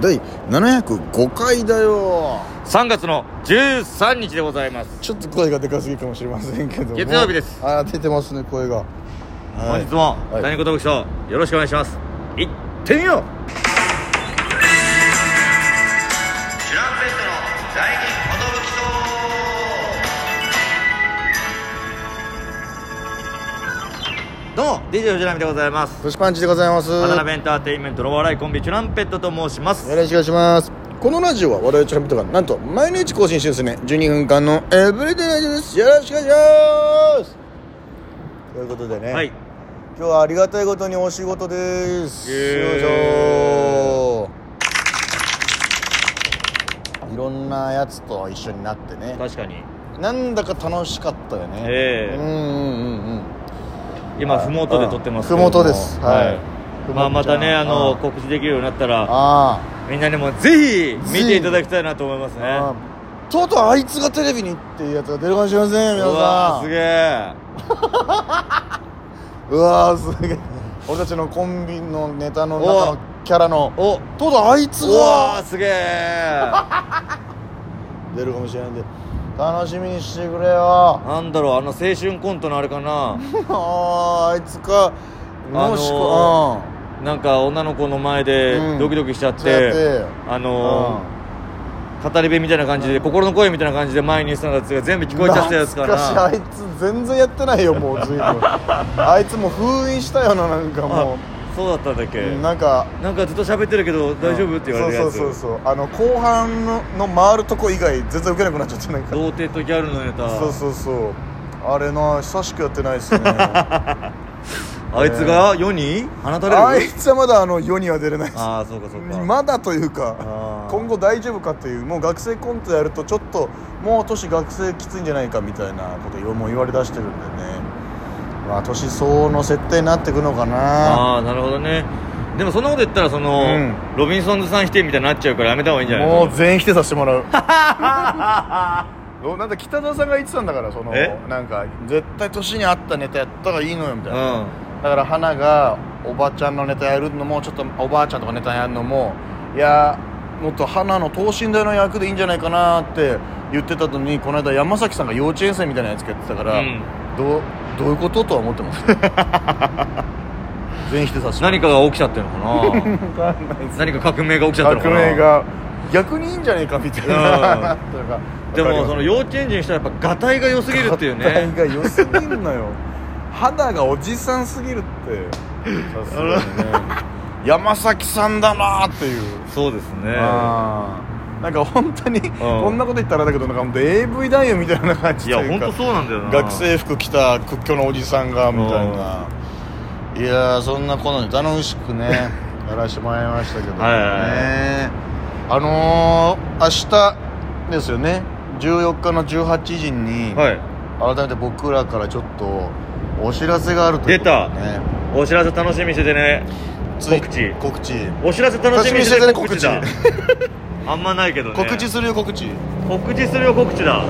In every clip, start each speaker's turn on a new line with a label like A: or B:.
A: 第705回だよ
B: 3月の13日でございます
A: ちょっと声がでかすぎかもしれませんけども
B: 月曜日です
A: あー出てますね声が
B: 本
A: はい
B: 日も
A: はい
B: 何事特賞よろしくお願いしますいってみようどうも DJ 藤波でございます
A: トシパンチでございます
B: 渡辺エンターテインメントのお笑いコンビチュランペットと申します
A: よろしくお願いしますこのラジオは我々チャンピとがなんと毎日更新してるんですね12分間のエブリデイラジオですよろしくお願いしますということでね、
B: はい
A: 今日はありがたいことにお仕事です
B: イエーイ
A: よいしょいろんなやつと一緒になってね
B: 確かに
A: なんだか楽しかったよね、
B: ええ
A: うんうんうんうん
B: 今ふもとで撮ってますけ
A: ふ
B: ども
A: もとですはいふもとちゃん
B: まあまたねあ
A: う
B: の
A: ん
B: 告知できるようになったら
A: あ
B: みんなにもぜひ
A: ぜひ
B: 見ていただきたいなと思います
A: あ、
B: ね
A: ああとうとうあいつがテレビにっていうやつが出るかもしれません皆
B: うわ
A: さん
B: ーすげえ
A: うわーすげえ俺たちのコンビのネタの中
B: お
A: のキャラの
B: お
A: とうとうあいつ
B: うわー
A: が
B: すげえ
A: 出るかもしれないんで楽しみにしてくれよ
B: なんだろうあの青春コントのあれかな
A: あーあいつかもしく
B: あ
A: は、
B: なんか女の子の前で
A: うん
B: ドキドキしちゃっ
A: そうやって
B: て、あのー語り部みたいな感じで、心の声みたいな感じで前にしたやつが全部聞こえちゃったやつか
A: 懐しい
B: な
A: あいつ全然やってないよもう随分あいつもう封印したよななんかも
B: あそうだったんだっけ、
A: うなんか
B: なんかずっと喋ってるけど大丈夫って言われるやつ
A: そうそうそうそうあの後半のの回るとこ以外全然受けなくなっちゃってなんか
B: 童貞とギャルのネタ
A: そうそうそうあれな久しくやってないですねあ
B: あいつが世に放たれる
A: いつはまだあの世には出れないです
B: ああそうかそうか、
A: まだという
B: あ
A: か
B: ー
A: 今後大丈夫かというもう学生コントやるとちょっともう年学生きついんじゃないかみたいなことよもう言われだしてるんでねまあ年相応の設定になってくのかな
B: ああなるほどねでもそんなこと言ったらその、
A: うん
B: ロビンソンズさん否定みたいになっちゃうからやめた方がいいんじゃない
A: もう全員否定させても らうおなんだ北澤さんが言ってたんだからその
B: え
A: なんか絶対年に合ったネタやった方がいいのよみたいな、
B: うん
A: だから花がおばちゃんのネタやるのもちょっとおばあちゃんとかネタやるのもいやもっと花の等身大の役でいいんじゃないかなって言ってたのにこの間山崎さんが幼稚園生みたいなやつやってたから、
B: うん
A: どうどういうこととは思って ます全否定させて
B: 何かが起きちゃってるのかな
A: わかんない
B: 何か革命が起きちゃってる
A: 革
B: のかな
A: 命が逆にいいんじゃないかみたい な、とか
B: でもその幼
C: 幼
B: 稚
C: 稚園児にしたらやっぱガタイが良すぎるっていうね
A: が良すぎん のよ肌がおじさんすぎるってさすがにね山崎さんだなっていう、
B: そうですね
A: あーなんか本当にこんなこと言ったらあれだけどなんか本当 AV 男優みたいな感じ
B: い
A: と
B: や
A: いう
B: 本
A: か
B: 当そうなんだよな
A: 学生服着た屈強のおじさんがみたいないやーそんなこのに楽しく ねやらしてもらいましたけどね、
B: はいはいはい
A: あのー、明日ですよね14日の18時に、
B: はい
A: 改めて僕らからちょっとお知らせがあるということでね
B: お知らせ楽しみにしててね
A: つい
B: 告知
A: 告知
B: お知らせ楽しみにしててね
A: 楽しみ
B: 告
A: にし
B: 知
A: てて
B: だ
A: ね
B: あんまないけどね
A: 告知するよ告知
B: 告知するよ告知だ
A: はい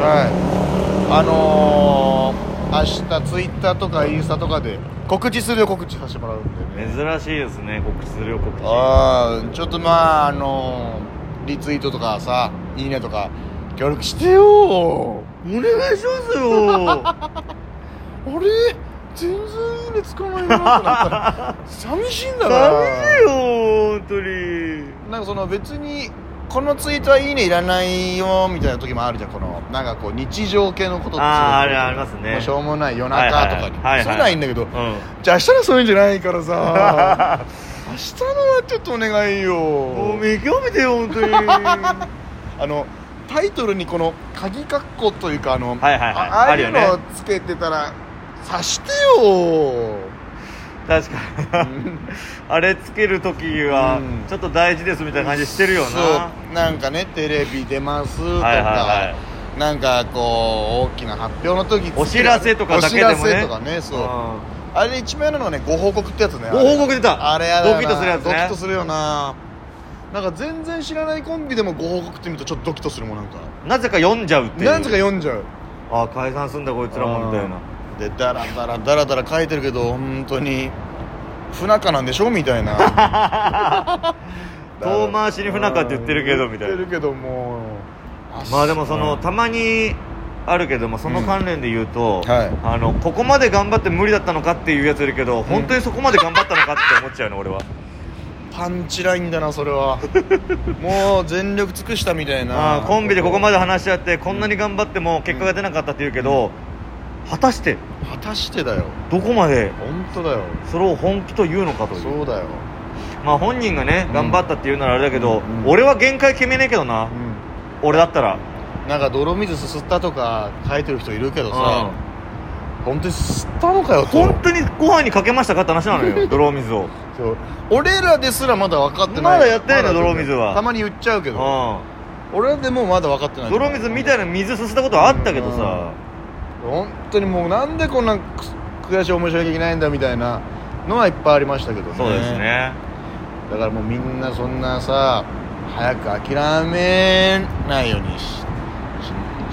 A: あのー、明日ツイッターとかインスタとかで告知するよ告知させてもらうんでね
B: 珍しいですね告知するよ告知
A: ああちょっとまああのー、リツイートとかさいいねとか協力してよ
B: お願いしますよ
A: あれ全然いいねつかないなってなった ら寂しいんだな
B: 寂しいよ本当に
A: なんかその別にこのツイートはいいねいらないよみたいな時もあるじゃんこのなんかこう日常系のことって
B: あああれありますね
A: まあしょうもない夜中とかに、
B: はいはいはいはいはい
A: そういうのはいいんだけど、
B: うん
A: じゃあ明日のそういうんじゃないから さ明日のはちょっとお願い
B: もう
A: よ
B: 見極めてよ本当 には
A: あのタイトルにこの鍵括弧というかあの、
B: いはいはい
A: あああ
B: ある
A: い
B: よ
A: う
B: ね
A: のをつけてたらさしてよ
B: 確かにあれつける時は
A: うん
B: ちょっと大事ですみたいな感じしてるよな
A: そうなんかねテレビ出ますとか、
B: はいはいは
A: なんかこう大きな発表の時
B: お知らせとかだけで
A: お
B: も
A: 知らせ
B: ね
A: とかねそう
B: うん
A: あれ一番嫌なのはねご報告ってやつね
B: ご報告出た
A: あれやだな
B: ドキッとするやつね
A: ドキッとするよななんか全然知らないコンビでもご報告って見るとちょっとドキッとするもんなんか
B: なぜか読んじゃうっていう
A: 何故か読んじゃう
B: ああ解散すんだこいつらもみたいな
A: でダラダラダラダラ書いてるけど本当に不仲なんでしょみたいなだ
B: 遠回しに不仲って言ってるけどみたいな
A: 言ってるけども
B: まあでもその、
A: うん
B: たまにあるけどもその関連で言うと、
A: うんはい
B: あのここまで頑張って無理だったのかっていうやついるけど本当にそこまで頑張ったのかって思っちゃうの俺は
A: パンチラインだなそれ はもう全力尽くしたみたいな
B: あーコンビでここまで話し合ってこんなに頑張っても結果が出なかったって言うけど、果たして
A: 果たしてだよ
B: どこまで
A: 本当だよ
B: それを本気と言うのかという
A: そうだよ、
B: まあ本人がね
A: うん
B: 頑張ったって言うならあれだけど、
A: うん
B: 俺は限界決めねえけどな、
A: う
B: 俺だったら
A: ん、なんか泥水すすったとか書いてる人いるけどさ、本当にすすったのかよと
B: 本当にご飯にかけましたかって話な のよ泥水を
A: そう俺らですらまだ分かってない
B: まだやってないの
A: まだ
B: 泥水は
A: たまに言っちゃうけど
B: う
A: 俺らでもまだ分かってなんい
B: 泥水みたいな水させたことはあったけどさ
A: 本当にもうなんでこんなく悔しい思いしなきゃいけないんだみたいなのはいっぱいありましたけどね
B: そうですね
A: だからもうみんなそんなさ早く諦めないようにし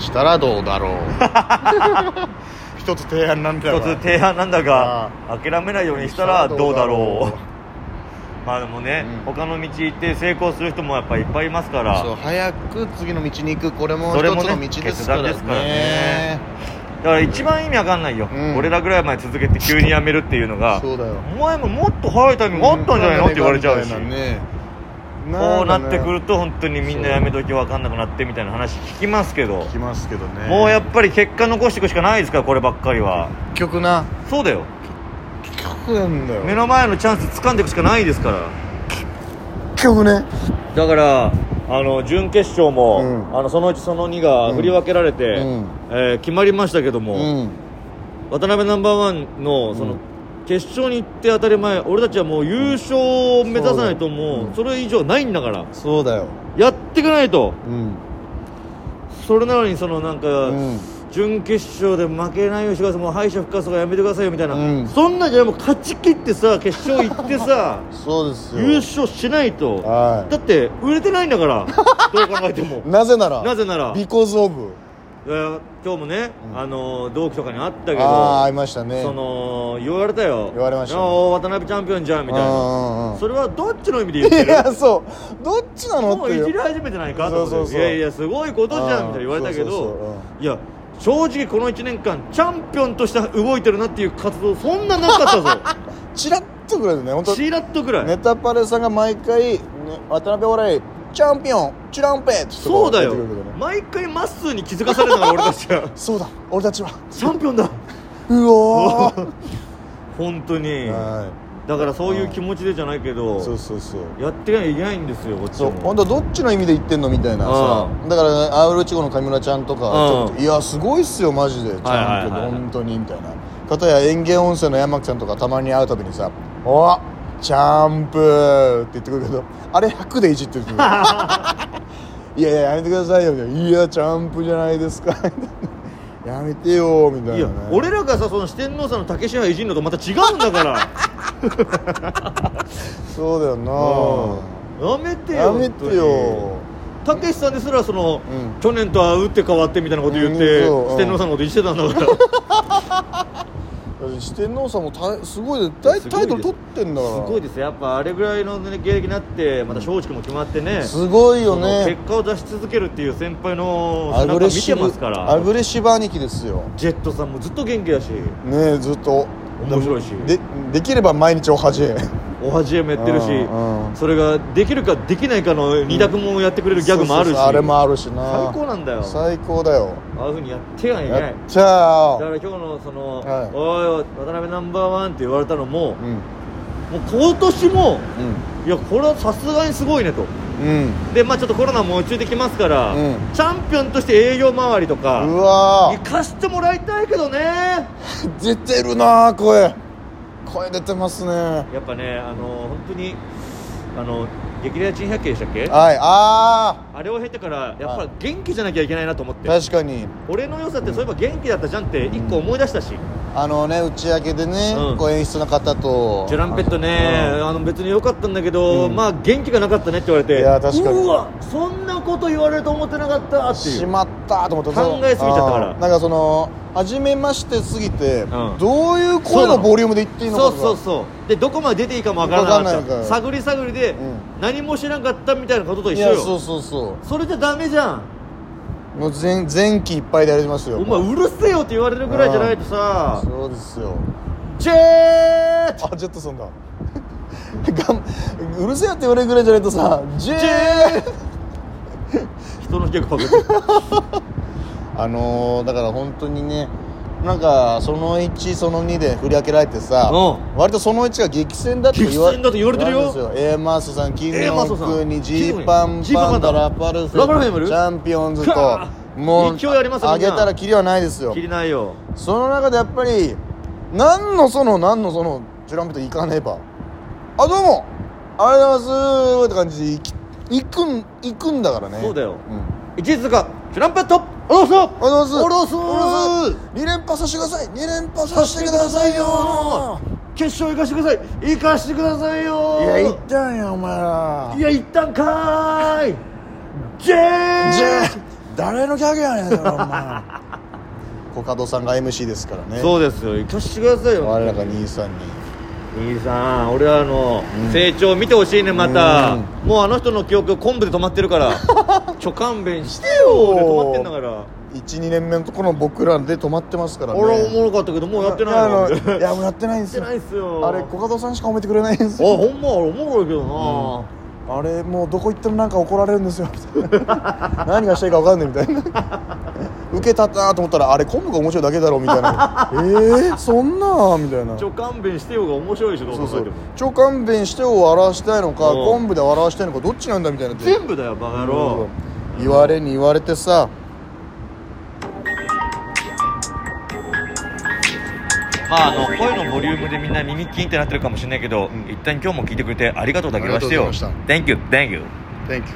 A: ししたらどうだ ろう一つ提案なんだ
B: 一
A: よ
B: つ提案なんだが諦めないようにしたらどうだろう まあでもね
A: うん
B: 他の道行って成功する人もやっぱいっぱいいますから
A: そう早く次の道に行くこれも一
B: そ
A: つ
B: れ
A: の
B: もね
A: 道ですからね
B: 決断ですからねだから一番意味わかんないよ
A: うん
B: 俺らぐらいまで続けて急にやめるっていうのが
A: そうだよ
B: お前ももっと早いタイミングあったんじゃないのって言われちゃうし
A: みたいなね
B: こうなってくる
A: と
B: と本当にみんなやめときわかんなくなってみたいな話聞きますけど
A: きますけどね
B: もうやっぱり結果残していくしかないですからこればっかりは
A: 結局な
B: そうだよ
A: 結局なんだよ
B: 目の前のチャンス掴んでいくしかないですから
A: 結局ね
B: だからあの準決勝も、
A: うん
B: あのそのうちその2が振り分けられて、
A: うん
B: えー決まりましたけども、
A: うん
B: 渡辺ナンバーワンのその、
A: うん
B: 決勝に行って当たり前俺たちはもう優勝を目指さないともう、
A: うん
B: それ以上ないんだから
A: そうだよ
B: やっていかないと
A: うん
B: それなのにそのなんか、
A: うん
B: 準決勝で負けないようにしてくださいもう敗者復活とかやめてくださいよみたいな、
A: うん
B: そんなんじゃないもう勝ち切ってさ決勝行ってさ
A: そうですよ
B: 優勝しないと、
A: は
B: だって売れてないんだから どう考えても
A: いなぜなら
B: なぜなら
A: Because of
B: えー今日もね、
A: うん
B: あのー同期とかに会ったけど
A: ああ会いましたね
B: その言われたよ
A: 言われましたね
B: あー渡辺チャンピオンじゃんみたいな
A: な
B: それはどっちの意味で言って
A: い
B: る
A: やそうどっちなの
B: も
A: っ
B: う
A: て
B: いじ
A: い
B: り
A: う
B: 始めてないかと
A: そう
B: 思
A: そう
B: って
A: そう
B: いやいやすごいことじゃんみたいな言われたけど
A: そうそうそう
B: いや正直この1年間チャンピオンとして動いてるなっていう活動そんな なかっ
A: チラッとぐらいでね本
B: たぞ
A: 当
B: チラッとぐらい、
A: ネタパレさんが毎回、ね、渡辺お笑いチャンピオンチュランペって
B: そうだよ
A: 言ってくるけどね
B: 毎回まっすーに気づかされたから俺たち は
A: そうだ俺たちは
B: チャンピオンだ
A: うおー
B: 本当に
A: は
B: だからそういう気持ちでじゃないけ
A: い
B: ど
A: そうそうそう
B: やってないといけないんですよこっち
A: そう
B: も
A: 本当どっちの意味で言ってんのみたいなさ
B: う
A: だから、ね、アウルチゴの上村ちゃんとか
B: うん
A: ちょっといやすごいっすよマジでちゃんと
B: はいはいはい
A: 本当にみたいな片や園芸温泉の山木さんとかたまに会うたびにさ「おチャンプー」って言ってくるけどあれ100でいじってる いやいややめてくださいよみたいな「いやチャンプじゃないですか」 みたいなやめてよみたいない
B: や
A: ね
B: 俺らがさその四天王さんの竹島いじんのとまた違うんだから
A: そうだよな
B: やめてよ
A: やめてよ
B: たけしさんですらそ
A: う
B: の、
A: ん
B: 去年とは打って変わってみたいなこと言って、
A: うんそううん
B: 四天王さんのこと言ってたんだから
A: 四天王さんもたすごいねタイタイトル取ってんだから
B: すごいですよやっぱあれぐらいの、ね、芸歴になってまた松竹も決まってね
A: すごいよ
B: その
A: ね
B: 結果を出し続けるっていう先輩の
A: ア
B: 背中
A: グレ
B: 見
A: ッシ
B: て
A: ブ
B: ますか
A: ア
B: ら
A: グレッシブ兄貴ですよ
B: ジェットさんもずっと元気だし
A: ねえずっと
B: 面白いし
A: でできれば毎日おはじえ
B: おはじえもやってるし
A: うんうん
B: それができるかできないかの二択もやってくれるギャグもあるし
A: そうそうそうあれも
B: 最
A: あるしな
B: 高なんだよ
A: 最高だよ
B: ああいうふうにやってやん
A: や
B: やね
A: っちゃ
B: だか
A: う
B: ら今日のその「
A: はい
B: おい渡辺ナンバーワン」って言われたのも、
A: うん
B: もう今年も
A: う
B: いやこれはさすがにすごいねと
A: ん
B: でまあちょっとコロナも落ち着いてきますから、
A: うん
B: チャンピオンとして営業回りとか
A: うんうわ
B: 行かしてもらいたいけどね
A: ー出てるなー声声出てますねはい
B: やっぱねあの本当にあの激レア珍百景でしたっけあ
A: あ
B: れを経てからやっぱ
A: はい
B: り元気じゃなきゃいけないなと思って
A: ー確かに
B: 俺の良さってそういえば元気だったじゃんって一個思い出したし、
A: あのね打ち上げでね、
B: うん
A: こう演出の方と
B: ジュランペットね、あの別に良かったんだけど、
A: うん
B: まあ元気がなかったねって言われて
A: いや確かに
B: うわそんなこと言われると思ってなかったってい
A: し
B: う
A: まったと思って
B: 考えすぎちゃったから
A: あーなんかその初めましてすぎて、
B: うん
A: どういう声のボリュームで言っていいのか
B: そうそう
A: う
B: そうでどこまで出ていいかもわからな
A: わ
B: か
A: かん
B: っ
A: ないから
B: た探り探りで、
A: うん
B: 何も知らんかったみたいなことと一
A: い
B: 緒
A: や
B: よ
A: そうそうそ
B: それじゃダメじゃん
A: うもう前前期いっぱいでやりますよ
B: お前うるせえよって言われるぐらいじゃないとさ
A: そうですよ
B: ジェーッ
A: あジェットソンだ がんうるせえって言われるぐらいじゃないとさジェー
B: 人の結 構か
A: あのー、だから本当にねなんかその1その2で振り分けられてさ
B: う
A: 割とその1が激戦だって言わ
B: 激戦だって言われてるよ
A: 言われてるんですよ A マースさん金
B: A マ
A: の
B: ースさん
A: 国ジ
B: キング
A: ー
B: に
A: パン
B: ジーパン
A: パ
B: パ
A: ン
B: ン
A: ダ
B: ダ
A: ラパルフェ
B: ラパルフェムル
A: チャンピオンズと
B: か
A: もう
B: 勢いありますよ
A: 上
B: みん
A: げ
B: な
A: たらキリはないですよ
B: きりないよ
A: その中でやっぱり何のその何のそのジュランペット行かねえばあどうもありがとうございますって感じで行き行くん行くんだからね
B: そうだよ
A: ん
B: 一途かトランペットおろす
A: ありがとうございます
B: おろす
A: おろす二連覇させてください二連覇させてくださいよ
B: 決勝行かしてください行かしてくださいよ
A: いや言ったんやお前ら
B: いや行ったんかーいジェー
A: じゃあ誰のギャグやねんそれお前 コカドさんが MC ですからね
B: そうですよ行かしてくださいよ
A: 我らが兄さんに
B: 兄さん俺はあの、
A: うん
B: 成長見てほしいねまた、
A: うん
B: もうあの人の記憶昆布で止まってるから ちょ勘弁してよで止まってんだから
A: 12年目のところの僕らで止まってますからね
B: 俺はおもろかったけどもうやってない
A: い やあの
B: の
A: いや
B: や
A: もうやってないんで
B: っ
A: す
B: て
A: よ
B: ないっすよ
A: あれコカドさんしか褒めてくれないんです
B: あ
A: よ
B: ほんまあれおもろいけどな、
A: あれもうどこ行ってもなんか怒られるんですよ 何がしたいか分かんないみたいな 受けたったと思ったらあれ昆布が面白いだけだろみたいな えー、そんなみたいな
B: ちょ勘弁してよが面白いでしょど
A: そうう
B: 考
A: そ
B: えて
A: う
B: も
A: 超勘弁してを表したいのか
B: うん
A: 昆布で表したいのかどっちなんだみたいな
B: 全部だよバカ野郎
A: うん言われに言われてさ
B: まああの声のボリュームでみんな耳キーンってなってるかもしれないけ
A: う
B: ど、
A: ん
B: 一旦今日も聞いてくれてありがとうだけはして
A: あり
B: よ
A: がとうござい
B: Thank you, thank you
A: Thank you